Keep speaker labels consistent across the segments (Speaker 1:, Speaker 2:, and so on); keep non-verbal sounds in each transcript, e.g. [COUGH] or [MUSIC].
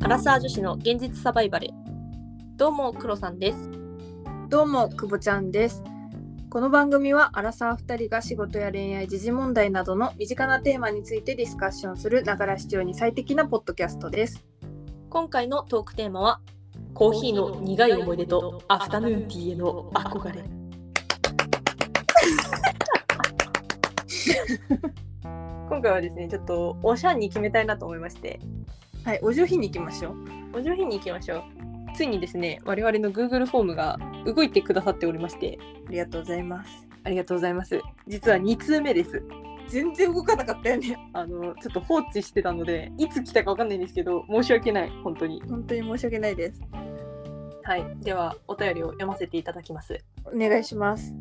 Speaker 1: ラサー女子の現実サバイバルどうもクロさんです
Speaker 2: どうも、くぼちゃんです。この番組は、アラサー2人が仕事や恋愛、時事問題などの身近なテーマについてディスカッションする、ながら視聴に最適なポッドキャストです。
Speaker 1: 今回のトークテーマはコーヒーの苦い思い出とアフタヌーンティーへの憧れ今回はですねちょっとおしゃんに決めたいなと思いまして
Speaker 2: はい、お上品に行きましょう。
Speaker 1: お上品に行きましょうついにですね我々の Google フォームが動いてくださっておりまして
Speaker 2: ありがとうございます。
Speaker 1: ありがとうございます実は2通目です
Speaker 2: 全然動かなかったよね。
Speaker 1: あのちょっと放置してたのでいつ来たかわかんないんですけど申し訳ない本当に
Speaker 2: 本当に申し訳ないです。
Speaker 1: はい、ではお便りを読ませていただきます。
Speaker 2: お願いします。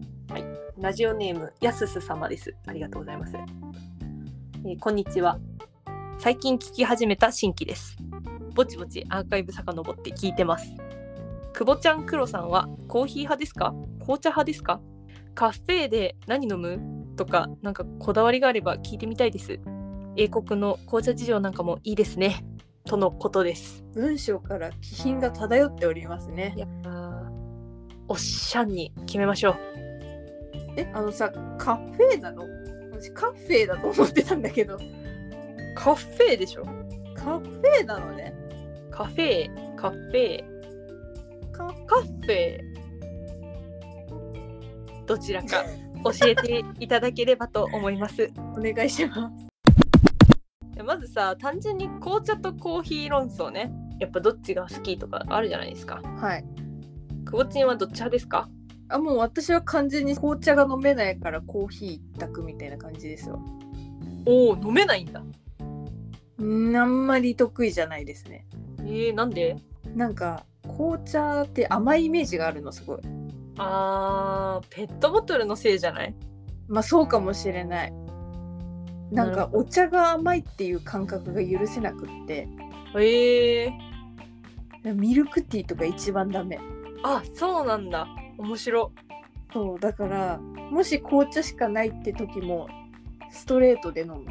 Speaker 1: ラジオネームやすす様です。ありがとうございます。えーこんにちは。最近聞き始めた新規です。ぼちぼちアーカイブ遡って聞いてます。くぼちゃんくろさんはコーヒー派ですか紅茶派ですかカフェで何飲むとかなんかこだわりがあれば聞いてみたいです。英国の紅茶事情なんかもいいですね。とのことです。
Speaker 2: 文章から気品が漂っておりますね
Speaker 1: い。やおっしゃんに決めましょう。
Speaker 2: え、あのさ、カフェなの私カフェだと思ってたんだけど、
Speaker 1: カフェでしょ
Speaker 2: カフェなのね。
Speaker 1: カフェ、カフェ、
Speaker 2: カフ
Speaker 1: カフェ。どちらか教えていただければと思います。
Speaker 2: お願いしま
Speaker 1: [LAUGHS]
Speaker 2: す。
Speaker 1: まずさ、単純に紅茶とコーヒー論争ね。やっぱどっちが好きとかあるじゃないですか。
Speaker 2: はい。
Speaker 1: くぼちんはどっち派ですか
Speaker 2: あもう私は完全に紅茶が飲めないからコーヒー一択みたいな感じですよ。
Speaker 1: おお、飲めないんだ。
Speaker 2: うんあんまり得意じゃないですね。
Speaker 1: えー、なんで
Speaker 2: なんか紅茶って甘いイメージがあるのすごい。
Speaker 1: あー、ペットボトルのせいじゃない
Speaker 2: まあそうかもしれない。
Speaker 1: な
Speaker 2: なん
Speaker 1: る
Speaker 2: か
Speaker 1: ほど
Speaker 2: お茶が甘いっていう感覚が許せなくって
Speaker 1: えー、
Speaker 2: ミルクティーとか一番ダメ。
Speaker 1: あ、そうなんだ。面白。
Speaker 2: そうだからもし紅茶しかないって時もストレートで飲む。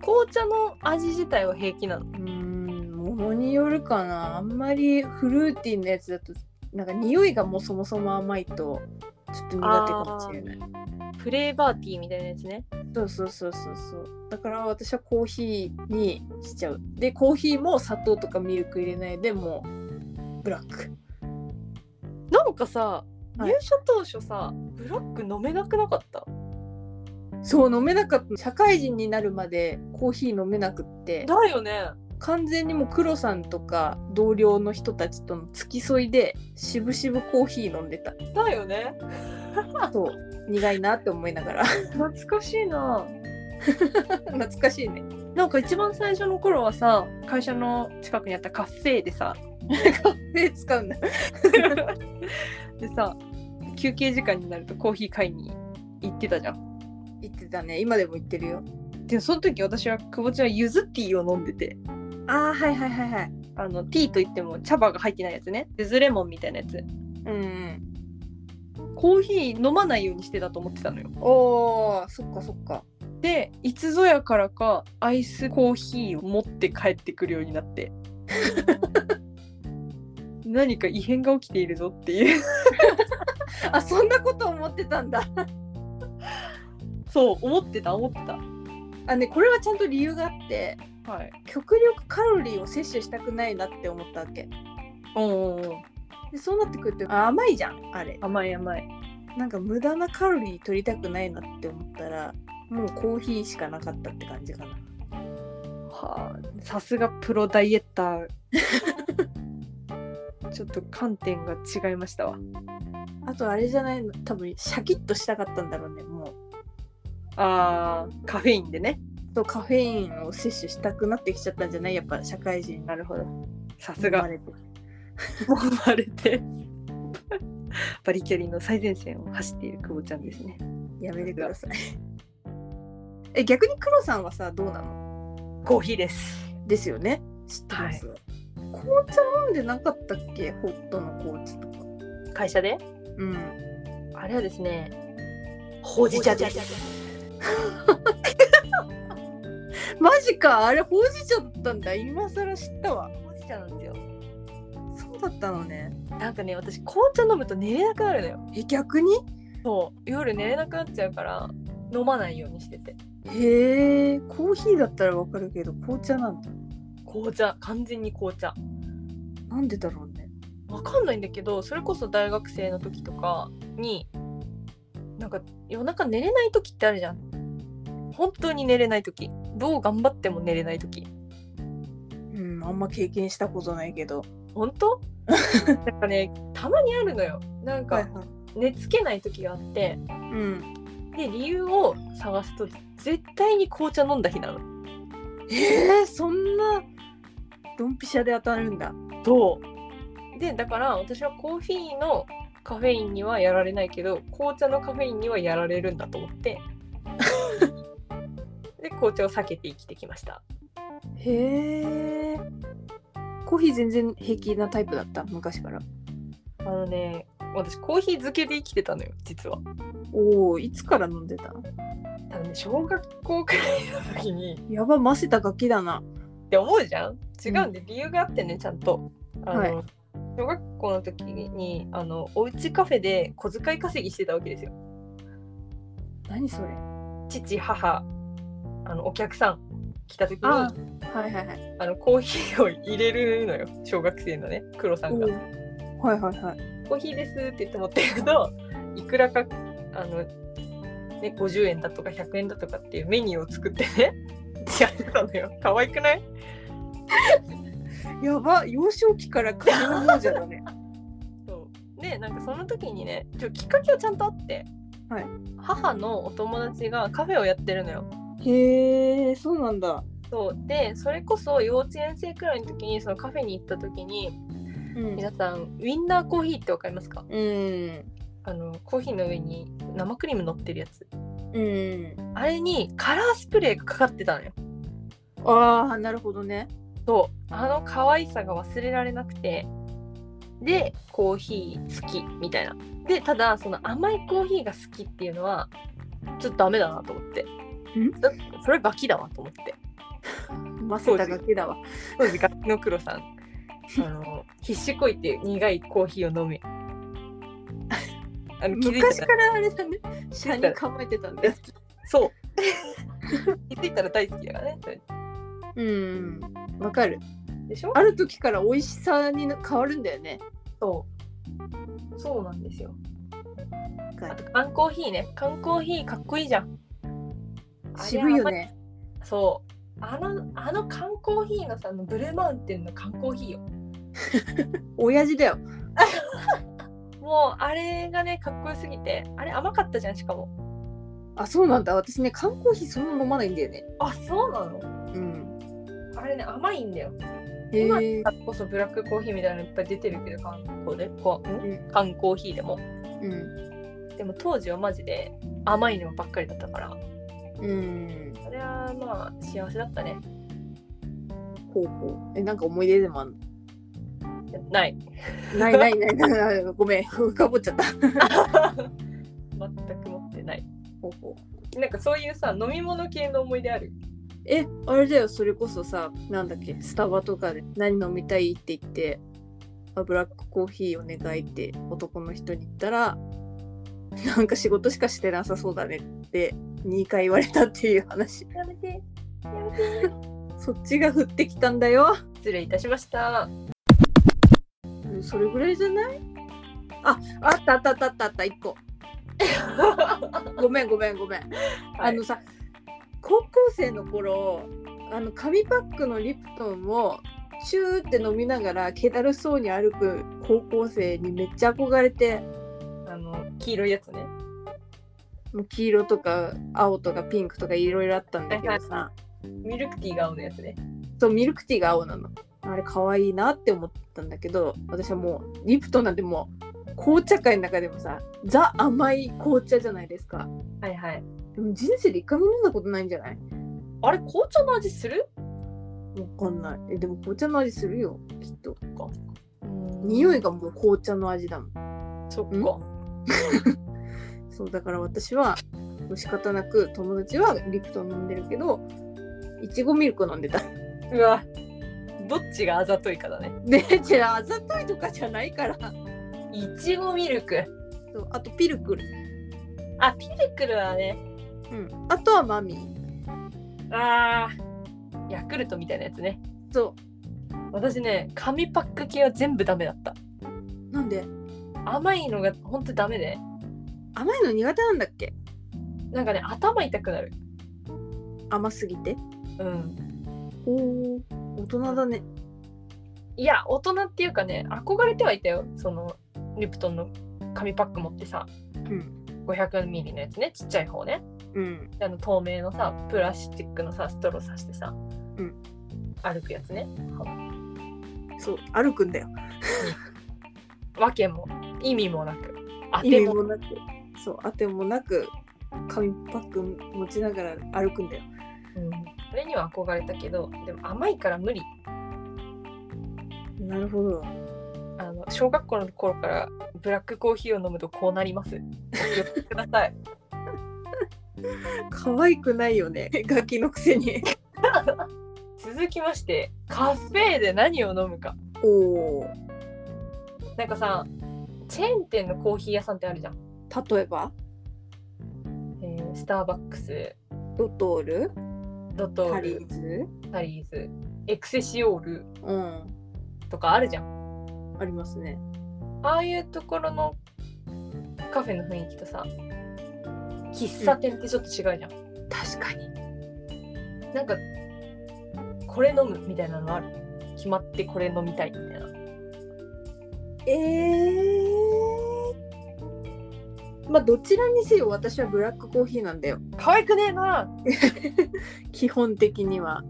Speaker 1: 紅茶の味自体は平気なの。
Speaker 2: うーん物によるかなあんまりフルーティーなやつだとなんか匂いがもうそもそも甘いとちょっと苦手かもしれない
Speaker 1: フレーバーティーみたいなやつね。
Speaker 2: そうそうそうそうそうだから私はコーヒーにしちゃうでコーヒーも砂糖とかミルク入れないでもうブラック
Speaker 1: なんかさ、
Speaker 2: はい
Speaker 1: 入社当初さブラック飲めなくなかった
Speaker 2: そう飲めなかった社会人になるまでコーヒー飲めなくって
Speaker 1: だよね
Speaker 2: 完全にもう黒さんとか同僚の人たちとの付き添いでしぶしぶコーヒー飲んでた
Speaker 1: だよね
Speaker 2: そう苦いなって思いながら
Speaker 1: 懐かしいな
Speaker 2: 懐かしいね [LAUGHS]
Speaker 1: なんか一番最初の頃はさ会社の近くにあったカフェでさ
Speaker 2: 手使うんだ
Speaker 1: でさ休憩時間になるとコーヒー買いに行ってたじゃん
Speaker 2: 言ってたね今でも言ってるよ
Speaker 1: でもその時私は久保ちゃんはゆずティーを飲んでて
Speaker 2: ああはいはいはいはい
Speaker 1: あのティーといっても茶葉が入ってないやつねゆずレモンみたいなやつ
Speaker 2: うん
Speaker 1: コーヒー飲まないようにしてたと思ってたのよ
Speaker 2: おーそっかそっか
Speaker 1: でいつぞやからかアイスコーヒーを持って帰ってくるようになって [LAUGHS] 何か異変が起きているぞっていう
Speaker 2: あそんなこと思ってたんだ
Speaker 1: そう思ってた思ってた
Speaker 2: あねこれはちゃんと理由があって
Speaker 1: はい
Speaker 2: 極力カロリーを摂取したくないなって思ったわけ
Speaker 1: うんうんうん
Speaker 2: でそうなってくるとあ甘いじゃんあれ
Speaker 1: 甘い甘い
Speaker 2: なんか無駄なカロリー取りたくないなって思ったらもうコーヒーしかなかったって感じかな
Speaker 1: はあさすがプロダイエッ [LAUGHS] ターちょっと観点が違いましたわ
Speaker 2: あとあれじゃないの多分シャキッとしたかったんだろうねもう
Speaker 1: あーカフェインでね
Speaker 2: とカフェインを摂取したくなってきちゃったんじゃないやっぱ社会人になるほど
Speaker 1: さすが
Speaker 2: 生まれて
Speaker 1: もう生まれて [LAUGHS] バリキャリの最前線を走っている久保ちゃんですね
Speaker 2: やめてください。え逆に黒さんはさどうなの
Speaker 1: コーヒーです
Speaker 2: ですよね知ってます、紅茶飲んでなかったっけホットの紅茶とか。
Speaker 1: 会社で
Speaker 2: うん。
Speaker 1: あれはですね、ほうじ茶です。
Speaker 2: マジかあれほうじ茶だったんだ今更知ったわ。
Speaker 1: ほうじ茶なんですよ
Speaker 2: そうだったのね
Speaker 1: なんかね私紅茶飲むと寝れなくなるのよ
Speaker 2: え逆に
Speaker 1: そう夜寝れなくなっちゃうから飲まないようにしてて
Speaker 2: へえコーヒーだったらわかるけど紅茶なんだ
Speaker 1: 紅茶完全に紅茶
Speaker 2: なんでだろうね
Speaker 1: わかんないんだけどそれこそ大学生の時とかになんか夜中寝れない時ってあるじゃん本当に寝れない時どう頑張っても寝れない時
Speaker 2: うんあんま経験したことないけど
Speaker 1: 本当なんかねたまにあるのよなんか寝つけない時があって
Speaker 2: うん
Speaker 1: で理由を探すと絶対に紅茶飲んだ日なの
Speaker 2: えー、そんなドンピシャで当たるんだ
Speaker 1: どうでだから私はコーヒーのカフェインにはやられないけど紅茶のカフェインにはやられるんだと思って [LAUGHS] で紅茶を避けて生きてきました
Speaker 2: へえコーヒー全然平気なタイプだった昔から
Speaker 1: あのね私コーヒー漬けで生きてたのよ実は
Speaker 2: おおいつから飲んでた
Speaker 1: 多分ね小学校くらいの時に
Speaker 2: やばませたガキだな
Speaker 1: って思うじゃん違うんで、理由があってねちゃんとあの、
Speaker 2: はい
Speaker 1: 小学校の時にあのおうちカフェで小遣い稼ぎしてたわけですよ
Speaker 2: 何それ
Speaker 1: 父母あのお客さん来た時に
Speaker 2: あ
Speaker 1: あ
Speaker 2: はいはいはい
Speaker 1: のコーヒーを入れるのよ小学生のね黒さんが
Speaker 2: おーはいはいはい
Speaker 1: 「コーヒーです」って言って持っていくといくらかあの、ね、50円だとか100円だとかっていうメニューを作ってねやってたのよ可愛くない
Speaker 2: やば幼少期から金の亡者だ [LAUGHS] ね
Speaker 1: そうでなんかその時にねちょきっかけはちゃんとあって、
Speaker 2: はい
Speaker 1: 母のお友達がカフェをやってるのよ。
Speaker 2: へえそうなんだ
Speaker 1: そうでそれこそ幼稚園生くらいの時にそのカフェに行った時に
Speaker 2: うん
Speaker 1: 皆さんウィンナーコーヒーってわかりますか
Speaker 2: うん
Speaker 1: あのコーヒーの上に生クリーム乗ってるやつ
Speaker 2: うん
Speaker 1: あれにカラースプレーがかかってたのよ。
Speaker 2: ああなるほどね
Speaker 1: そうあの可愛さが忘れられなくてでコーヒー好きみたいなでただその甘いコーヒーが好きっていうのはちょっとダメだなと思って
Speaker 2: ん
Speaker 1: だそれガキだわと思って
Speaker 2: ませたガキだわ
Speaker 1: 当時ガキの黒さんあの必死こいて苦いコーヒーを飲み [LAUGHS] あの気づい
Speaker 2: 昔
Speaker 1: た
Speaker 2: かららあれだね車に構えてたんです
Speaker 1: [LAUGHS] そう気づいたら大好きだからねそれ
Speaker 2: [LAUGHS] うんわかる
Speaker 1: でしょ
Speaker 2: ある時から美味しさに変わるんだよね
Speaker 1: そうそうなんですよあと缶コーヒーね缶コーヒーかっこいいじゃん
Speaker 2: 渋いよね
Speaker 1: そう。あの、あの缶コーヒーのさ、あのブルーマウンテンの缶コーヒーよ。
Speaker 2: 親父だよ
Speaker 1: もう、あれがね、かっこよすぎて、あれ甘かったじゃん、しかも。
Speaker 2: あそうなんだ私ね缶コーヒーそんな飲まないんだよね
Speaker 1: あ、そうなの
Speaker 2: うん
Speaker 1: あれね、甘いんだよ。
Speaker 2: へ
Speaker 1: 今
Speaker 2: え
Speaker 1: だからこそブラックコーヒーみたいなのいっぱい出てるけど、缶コーで。こう、ん
Speaker 2: う
Speaker 1: 缶コーヒーでも。
Speaker 2: ん
Speaker 1: でも当時はマジで甘いのばっかりだったから、
Speaker 2: うん
Speaker 1: あれはまあ、幸せだったね。
Speaker 2: ほうほうえなんか思い出でもあん
Speaker 1: ない。 [LAUGHS]
Speaker 2: のないないないないないごめん [LAUGHS] 深ぼっちゃった
Speaker 1: 全く持ってない。
Speaker 2: ほうほう
Speaker 1: なんかそういうさ、飲み物系の思い出ある。
Speaker 2: えあれだよそれこそさなんだっけスタバとかで何飲みたいって言ってあブラックコーヒーお願いって男の人に言ったらなんか仕事しかしてなさそうだねって2回言われたっていう話
Speaker 1: やめ
Speaker 2: [LAUGHS]
Speaker 1: て。やめて。
Speaker 2: そっちが降ってきたんだよ
Speaker 1: 失礼いたしました。
Speaker 2: うんそれぐらいじゃないああったあったあったあったあった1個ごめんごめんごめん、あのさ高校生の頃あの紙パックのリプトンをチューって飲みながら気だるそうに歩く高校生にめっちゃ憧れて
Speaker 1: あの黄色いやつね。
Speaker 2: もう黄色とか青とかピンクとかいろいろあったんだけどさ、
Speaker 1: ミルクティーが青のやつね。
Speaker 2: そうミルクティーが青なのあれ可愛いなって思ったんだけど私はもうリプトンなんてもう紅茶界の中でもさザ甘い紅茶じゃないですか
Speaker 1: はいはい。
Speaker 2: でも人生で一回も飲んだことないんじゃない
Speaker 1: あれ紅茶の味する？
Speaker 2: わかんないえでも紅茶の味するよきっと匂
Speaker 1: 匂
Speaker 2: い。がもう紅茶の味だもん
Speaker 1: そっ
Speaker 2: ん
Speaker 1: か。
Speaker 2: そうだから私はもう仕方なく友 [LAUGHS] 達はリプトン飲んでるけどいちごミルク飲んでた
Speaker 1: うわ。どっちがあざといかだね
Speaker 2: ねじゃああざといとかじゃないから
Speaker 1: いちごミルク
Speaker 2: そうあとピルクル、
Speaker 1: あピルクルはね
Speaker 2: うん、あとはマミー
Speaker 1: あーヤクルトみたいなやつね
Speaker 2: そ
Speaker 1: 私ね紙パック系は全部ダメだった
Speaker 2: うなんで
Speaker 1: 甘いのがほんとダメで
Speaker 2: 甘いの苦手なんだっけ
Speaker 1: なんかね頭痛くなる
Speaker 2: 甘すぎて
Speaker 1: うん
Speaker 2: おお大人だね
Speaker 1: いや大人っていうかね憧れてはいたよそのリプトンの紙パック持ってさ
Speaker 2: うん
Speaker 1: 500ミリのやつねちっちゃい方ね
Speaker 2: うん
Speaker 1: あの透明のさプラスチックのさストローさしてさ、
Speaker 2: うん
Speaker 1: 歩くやつね
Speaker 2: そう歩くんだよ
Speaker 1: わけも意味もなく当
Speaker 2: 意
Speaker 1: て
Speaker 2: 味
Speaker 1: も
Speaker 2: もなくそうあてもなく紙パック持ちながら歩くんだよ
Speaker 1: うんそれには憧れたけどでも甘いから無理
Speaker 2: なるほど
Speaker 1: あの小学校の頃からブラックコーヒーを飲むとこうなります。やってください。
Speaker 2: 可愛くないよね [LAUGHS] ガキのくせに
Speaker 1: 続きましてカフェで何を飲むか。
Speaker 2: おお
Speaker 1: なんかさチェーン店のコーヒー屋さんってあるじゃん。
Speaker 2: 例えば
Speaker 1: えースターバックス、
Speaker 2: ドトール
Speaker 1: ドト
Speaker 2: タ
Speaker 1: ー
Speaker 2: リ
Speaker 1: ル
Speaker 2: ー、ズ
Speaker 1: タリーズ、エクセシオール
Speaker 2: うん
Speaker 1: とかあるじゃん。
Speaker 2: ありますね
Speaker 1: ああいうところのカフェの雰囲気とさ喫茶店ってちょっと違うじゃん。
Speaker 2: 確かに
Speaker 1: なんかこれ飲むみたいなのある。決まってこれ飲みたいみたいな。
Speaker 2: えー、まあどちらにせよ私はブラックコーヒーなんだよ
Speaker 1: 可愛くねえな。 [LAUGHS]
Speaker 2: 基本的には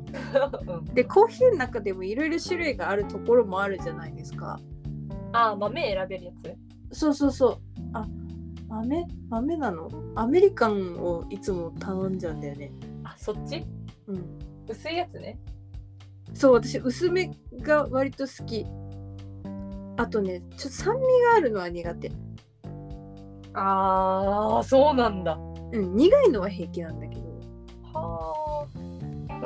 Speaker 1: うん
Speaker 2: でコーヒーの中でもいろいろ種類があるところもあるじゃないですか
Speaker 1: ああ、豆選べるやつ
Speaker 2: そうそうそうあ豆豆なのアメリカンをいつも頼んじゃうんだよね
Speaker 1: あ、そっち
Speaker 2: うん
Speaker 1: 薄いやつね。
Speaker 2: そう私薄めが割と好きあとねちょっと酸味があるのは苦手
Speaker 1: ああ、そうなんだ。
Speaker 2: うん苦いのは平気なんだけど
Speaker 1: は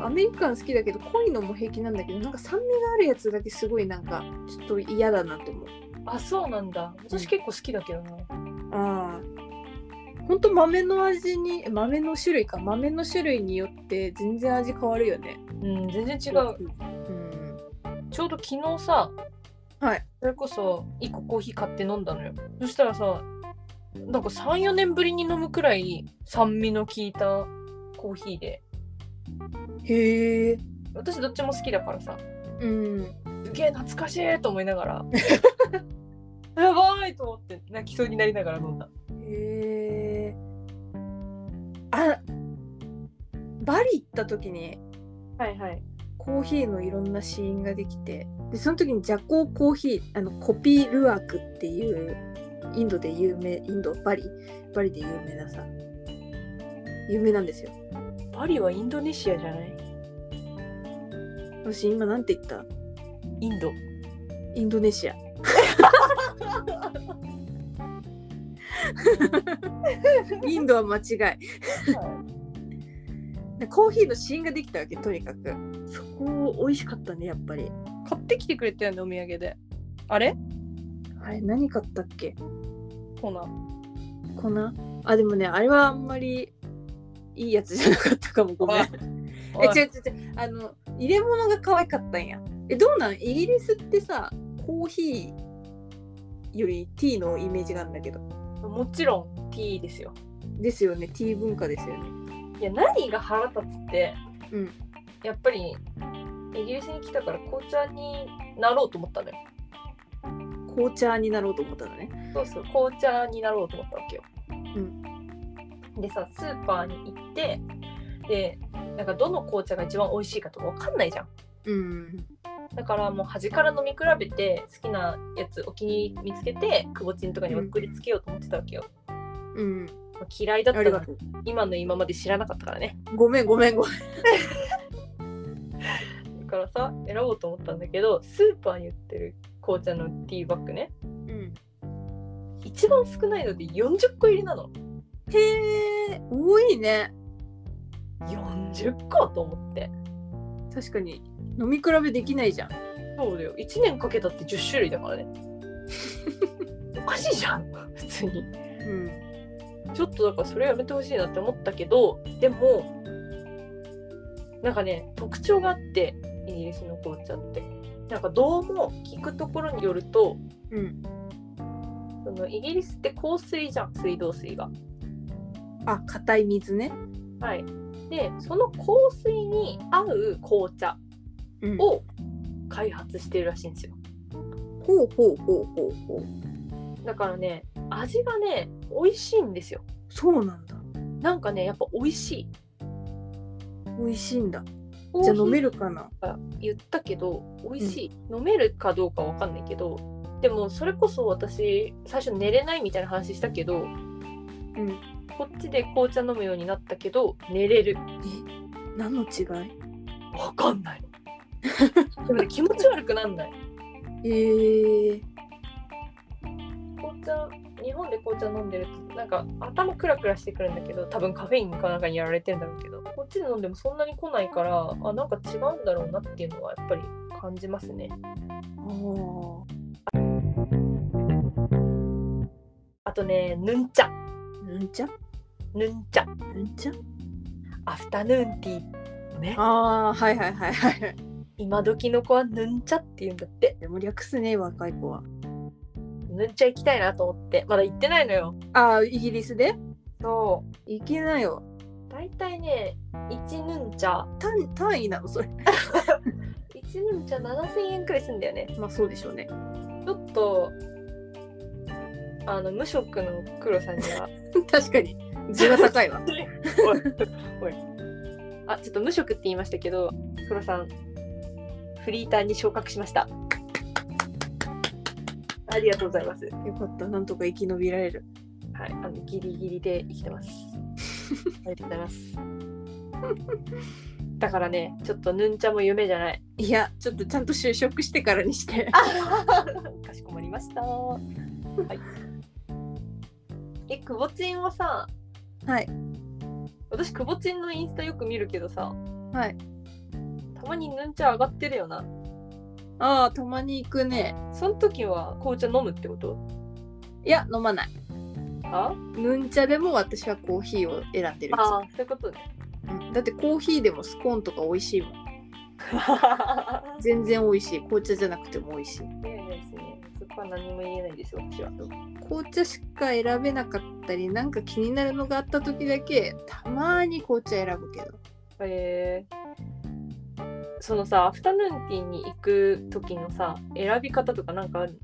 Speaker 2: アメリカン好きだけど濃いのも平気なんだけどなんか酸味があるやつだけすごいなんかちょっと嫌だなと思う
Speaker 1: あ。あ、そうなんだ。私結構好きだけどな。
Speaker 2: ああほんと豆の味に豆の種類か豆の種類によって全然味変わるよね
Speaker 1: うん、全然違う。
Speaker 2: うん
Speaker 1: ちょうど昨日さ、
Speaker 2: はい
Speaker 1: それこそ1個コーヒー買って飲んだのよ。そしたらさ、なんか3、4年ぶりに飲むくらい酸味の効いたコーヒーで。
Speaker 2: へえ
Speaker 1: 私どっちも好きだからさ、
Speaker 2: うん
Speaker 1: すげえ懐かしいと思いなが [LAUGHS] ら。やばいと思って泣きそうになりながら飲んだ。
Speaker 2: へえあバリ行った時に
Speaker 1: はいはい。
Speaker 2: コーヒーのいろんな試飲ができてでその時にジャコーコーヒーあのコピルアクっていうインドで有名インドバリバリで有名なさ有名なんですよ
Speaker 1: バリはインドネシアじゃない
Speaker 2: 私今なんて言った
Speaker 1: インド。
Speaker 2: インドネシアインドは間違いでコーヒーの試飲ができたわけとにかくそこ美味しかったねやっぱり
Speaker 1: 買ってきてくれたよねお土産であれ
Speaker 2: あれ何買ったっけ
Speaker 1: コナン
Speaker 2: 粉あでもねあれはあんまりいいやつじゃなかったかもごめんえ違う違う違うあの入れ物が可愛かったんやえどうなんイギリスってさコーヒーよりティーのイメージがあるんだけど
Speaker 1: もちろん T ですよ
Speaker 2: ですよねティー文化ですよね
Speaker 1: いや何が腹立つって、
Speaker 2: うん
Speaker 1: やっぱりイギリスに来たから紅茶になろうと思ったのよ
Speaker 2: 紅茶になろうと思ったのね
Speaker 1: そうそう紅茶になろうと思ったわけよ、
Speaker 2: うん
Speaker 1: でさスーパーに行ってでなんかどの紅茶が一番美味しいかとかわかんないじゃん
Speaker 2: うん
Speaker 1: だからもう端から飲み比べて好きなやつお気に入り見つけてくぼちんとかに送りつけようと思ってたわけよ、
Speaker 2: うん
Speaker 1: まあ嫌いだっ
Speaker 2: あ
Speaker 1: た
Speaker 2: り
Speaker 1: の
Speaker 2: が
Speaker 1: が
Speaker 2: とう
Speaker 1: 今の今まで知らなかったからね
Speaker 2: ごめんごめんごめん
Speaker 1: だからさ選ぼうと思ったんだけどスーパーに売ってる紅茶のティーバッグね
Speaker 2: うん
Speaker 1: 一番少ないので40個入りなの
Speaker 2: へえ多いね
Speaker 1: 40個と思って
Speaker 2: 確かに飲み比べできないじゃん
Speaker 1: そうだよ1年かけたって10種類だからねおかしいじゃん普通に
Speaker 2: うん
Speaker 1: ちょっとだからそれやめてほしいなって思ったけどでもなんかね特徴があってイギリスの紅茶ってなんかどうも聞くところによると
Speaker 2: うん
Speaker 1: そのイギリスって香水じゃん水道水が。
Speaker 2: あ硬い水ね
Speaker 1: はい、でその香水に合う紅茶
Speaker 2: うんほ
Speaker 1: を開発してるらしいんですよ。
Speaker 2: うほうほうほうほう
Speaker 1: だからね味がね美味しいんですよ。
Speaker 2: そうなんだ
Speaker 1: なんかねやっぱ美味しい。
Speaker 2: 美味しいんだじゃあ飲めるかな
Speaker 1: か言ったけど美味しい、飲めるかどうかわかんないけどでもそれこそ私最初寝れないみたいな話したけど
Speaker 2: うん
Speaker 1: こっちで紅茶飲むようになったけど寝れる
Speaker 2: 何の違い
Speaker 1: わかんない
Speaker 2: [LAUGHS]
Speaker 1: でもね気持ち悪くなんない
Speaker 2: えー、
Speaker 1: 紅茶日本で紅茶飲んでるとなんか頭クラクラしてくるんだけど多分カフェインかなんかにやられてんだろうけどこっちで飲んでもそんなに来ないからあなんか違うんだろうなっていうのはやっぱり感じますね
Speaker 2: あー
Speaker 1: あとねヌンチャ
Speaker 2: なんちゃ
Speaker 1: ヌンチャ
Speaker 2: なんちゃ
Speaker 1: アフタヌーンティーね
Speaker 2: ああはいはいはいはい
Speaker 1: 今時の子はヌンチャって言うんだって
Speaker 2: でも略すね若い子は
Speaker 1: ヌンチャ行きたいなと思ってまだ行ってないのよ
Speaker 2: あーイギリスで
Speaker 1: そ
Speaker 2: 行けないよ
Speaker 1: う大体ね1ヌンチャ
Speaker 2: 単単位なのそれ
Speaker 1: 1ヌンチャ7000円くらいするんだよね
Speaker 2: まあそうでしょうね [LAUGHS]
Speaker 1: ちょっとあの無職の黒さんには
Speaker 2: 確かに地が高いわ
Speaker 1: おい [LAUGHS] おいあちょっと無職って言いましたけど黒さんフリーターに昇格しましたありがとうございます
Speaker 2: [LAUGHS] よかったなんとか生き延びられる
Speaker 1: はい、あのギリギリで生きて [LAUGHS] ます。ありがとうございます。だからね、ちょっとヌンチャも夢じゃない。
Speaker 2: いやちょっとちゃんと就職してからにして
Speaker 1: かしこまりました。はい。え、くぼちんはさ、
Speaker 2: [LAUGHS] はい
Speaker 1: 私くぼちんのインスタよく見るけどさ、
Speaker 2: はい
Speaker 1: たまにヌンチャ上がってるよな。
Speaker 2: ああたまに行くね
Speaker 1: その時は紅茶飲むってこと？
Speaker 2: いや飲まない
Speaker 1: あ？
Speaker 2: ヌンチャでも私はコーヒーを選んでる
Speaker 1: あー、そういうことね。
Speaker 2: うんだってコーヒーでもスコーンとか美味しいもん全然美味しい紅茶じゃなくても美味しい
Speaker 1: いやいやですね。そこは何も言えないですよ、私は。
Speaker 2: 紅茶しか選べなかったりなんか気になるのがあった時だけたまーに紅茶選ぶけど
Speaker 1: えーそのさアフタヌーンティーに行く時のさ選び方とかなんかある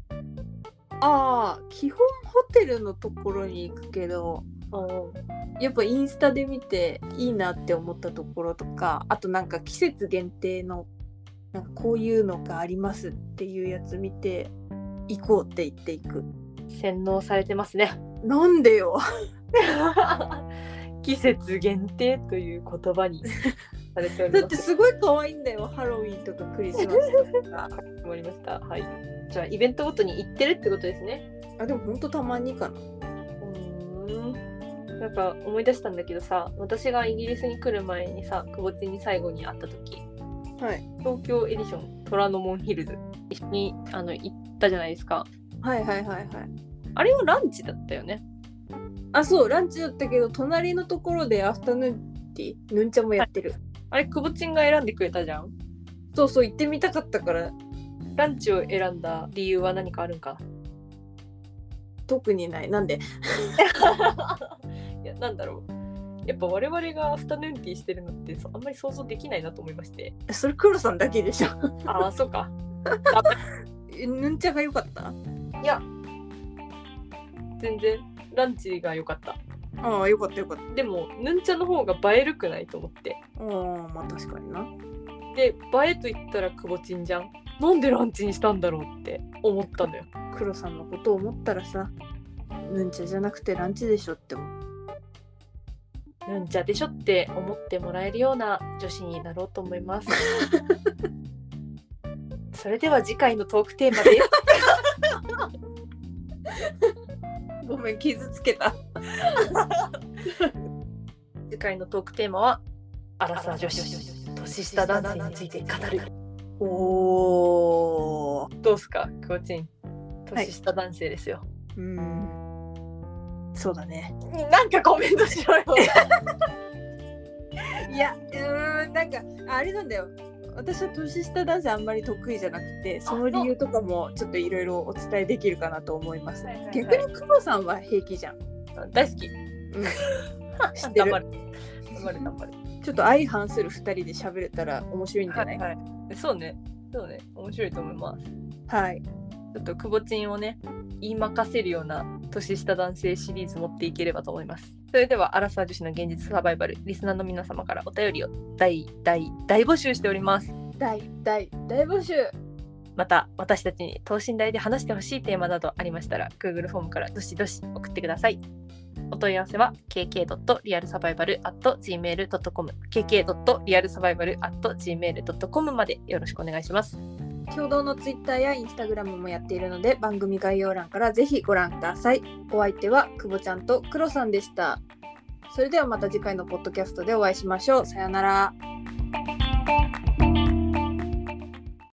Speaker 2: ああ基本ホテルのところに行くけど
Speaker 1: の
Speaker 2: やっぱインスタで見ていいなって思ったところとかあとなんか季節限定のなんかこういうのがありますっていうやつ見て行こうって言っていく
Speaker 1: 洗脳されてますね
Speaker 2: なんでよ
Speaker 1: [LAUGHS] 季節限定という言葉にされてお
Speaker 2: だ
Speaker 1: り
Speaker 2: っ
Speaker 1: ま
Speaker 2: て
Speaker 1: す
Speaker 2: すごい可愛いんだよハロウィンとかクリスマスとか
Speaker 1: 終わりましたはいじゃあイベントごとに行ってるってことですね
Speaker 2: あでもほんとたまにかな
Speaker 1: うんなんか思い出したんだけどさ私がイギリスに来る前にさ久保ちんに最後に会った時
Speaker 2: はい
Speaker 1: 東京エディション虎ノ門ヒルズ一緒にあの行ったじゃないですか
Speaker 2: はいはいはいはい
Speaker 1: あれはランチだったよね
Speaker 2: あそうランチだったけど隣のところでアフタヌーンティーヌンチャもやってる、
Speaker 1: あれ、くぼちんが選んでくれたじゃん。
Speaker 2: そうそう行ってみたかったから
Speaker 1: ランチを選んだ理由は何かあるんか [LAUGHS]
Speaker 2: 特にないなんで
Speaker 1: ないや、なんだろう。やっぱ我々がアフタヌーンティーしてるのってそうあんまり想像できないなと思いまして。
Speaker 2: それ黒さんだけでしょ [LAUGHS]
Speaker 1: ああ、そうか。
Speaker 2: えヌンチャが良かった
Speaker 1: いや、全然ランチが良かった。
Speaker 2: ああよかったよかった
Speaker 1: でも、ヌンチャの方が映えるくないと思って。
Speaker 2: うんまあ確かにな
Speaker 1: で、映えと言ったらくぼちんじゃん。なんでランチにしたんだろうって思ったのよ。
Speaker 2: 黒さんのことを思ったらさヌンチャじゃなくてランチでしょって思う
Speaker 1: ヌンチャでしょって思ってもらえるような女子になろうと思い [LAUGHS] ます。それでは次回のトークテーマです。
Speaker 2: ごめん傷つけた
Speaker 1: 次回のトークテーマは、アラサー女子、年年下男性について語る。
Speaker 2: おー
Speaker 1: どうすか、クオチン。
Speaker 2: はい
Speaker 1: 年下男性ですよ。
Speaker 2: うんそうだね
Speaker 1: なんかコメントしろよ。
Speaker 2: いやうーんなんかあれなんだよ私は年下男性あんまり得意じゃなくてその理由とかもちょっといろいろお伝えできるかなと思います、
Speaker 1: はいはいはい
Speaker 2: 逆に久保さんは平気じゃん
Speaker 1: [LAUGHS] 大好き。 [LAUGHS]
Speaker 2: 知って
Speaker 1: 頑張
Speaker 2: る
Speaker 1: る。頑張る、頑張る。
Speaker 2: ちょっと相反する二人で喋れたら面白いんじゃないはい、
Speaker 1: はい。そうね。そうね。面白いと思います。
Speaker 2: はい、
Speaker 1: ちょっとくぼちんをね、言いまかせるような年下男性シリーズ持っていければと思います。それでは、アラサー女子の現実サバイバル、リスナーの皆様からお便りを大大大募集しております。
Speaker 2: 大大大募集
Speaker 1: また、私たちに等身大で話してほしいテーマなどありましたら、Google フォームからどしどし送ってください。お問い合わせは kk.realsurvival.gmail.com kk.realsurvival.gmail.com までよろしくお願いします。
Speaker 2: 共同のツイッターやインスタグラムもやっているので番組概要欄からぜひご覧くださいお相手は久保ちゃんとクロさんでしたそれではまた次回のポッドキャストでお会いしましょうさようなら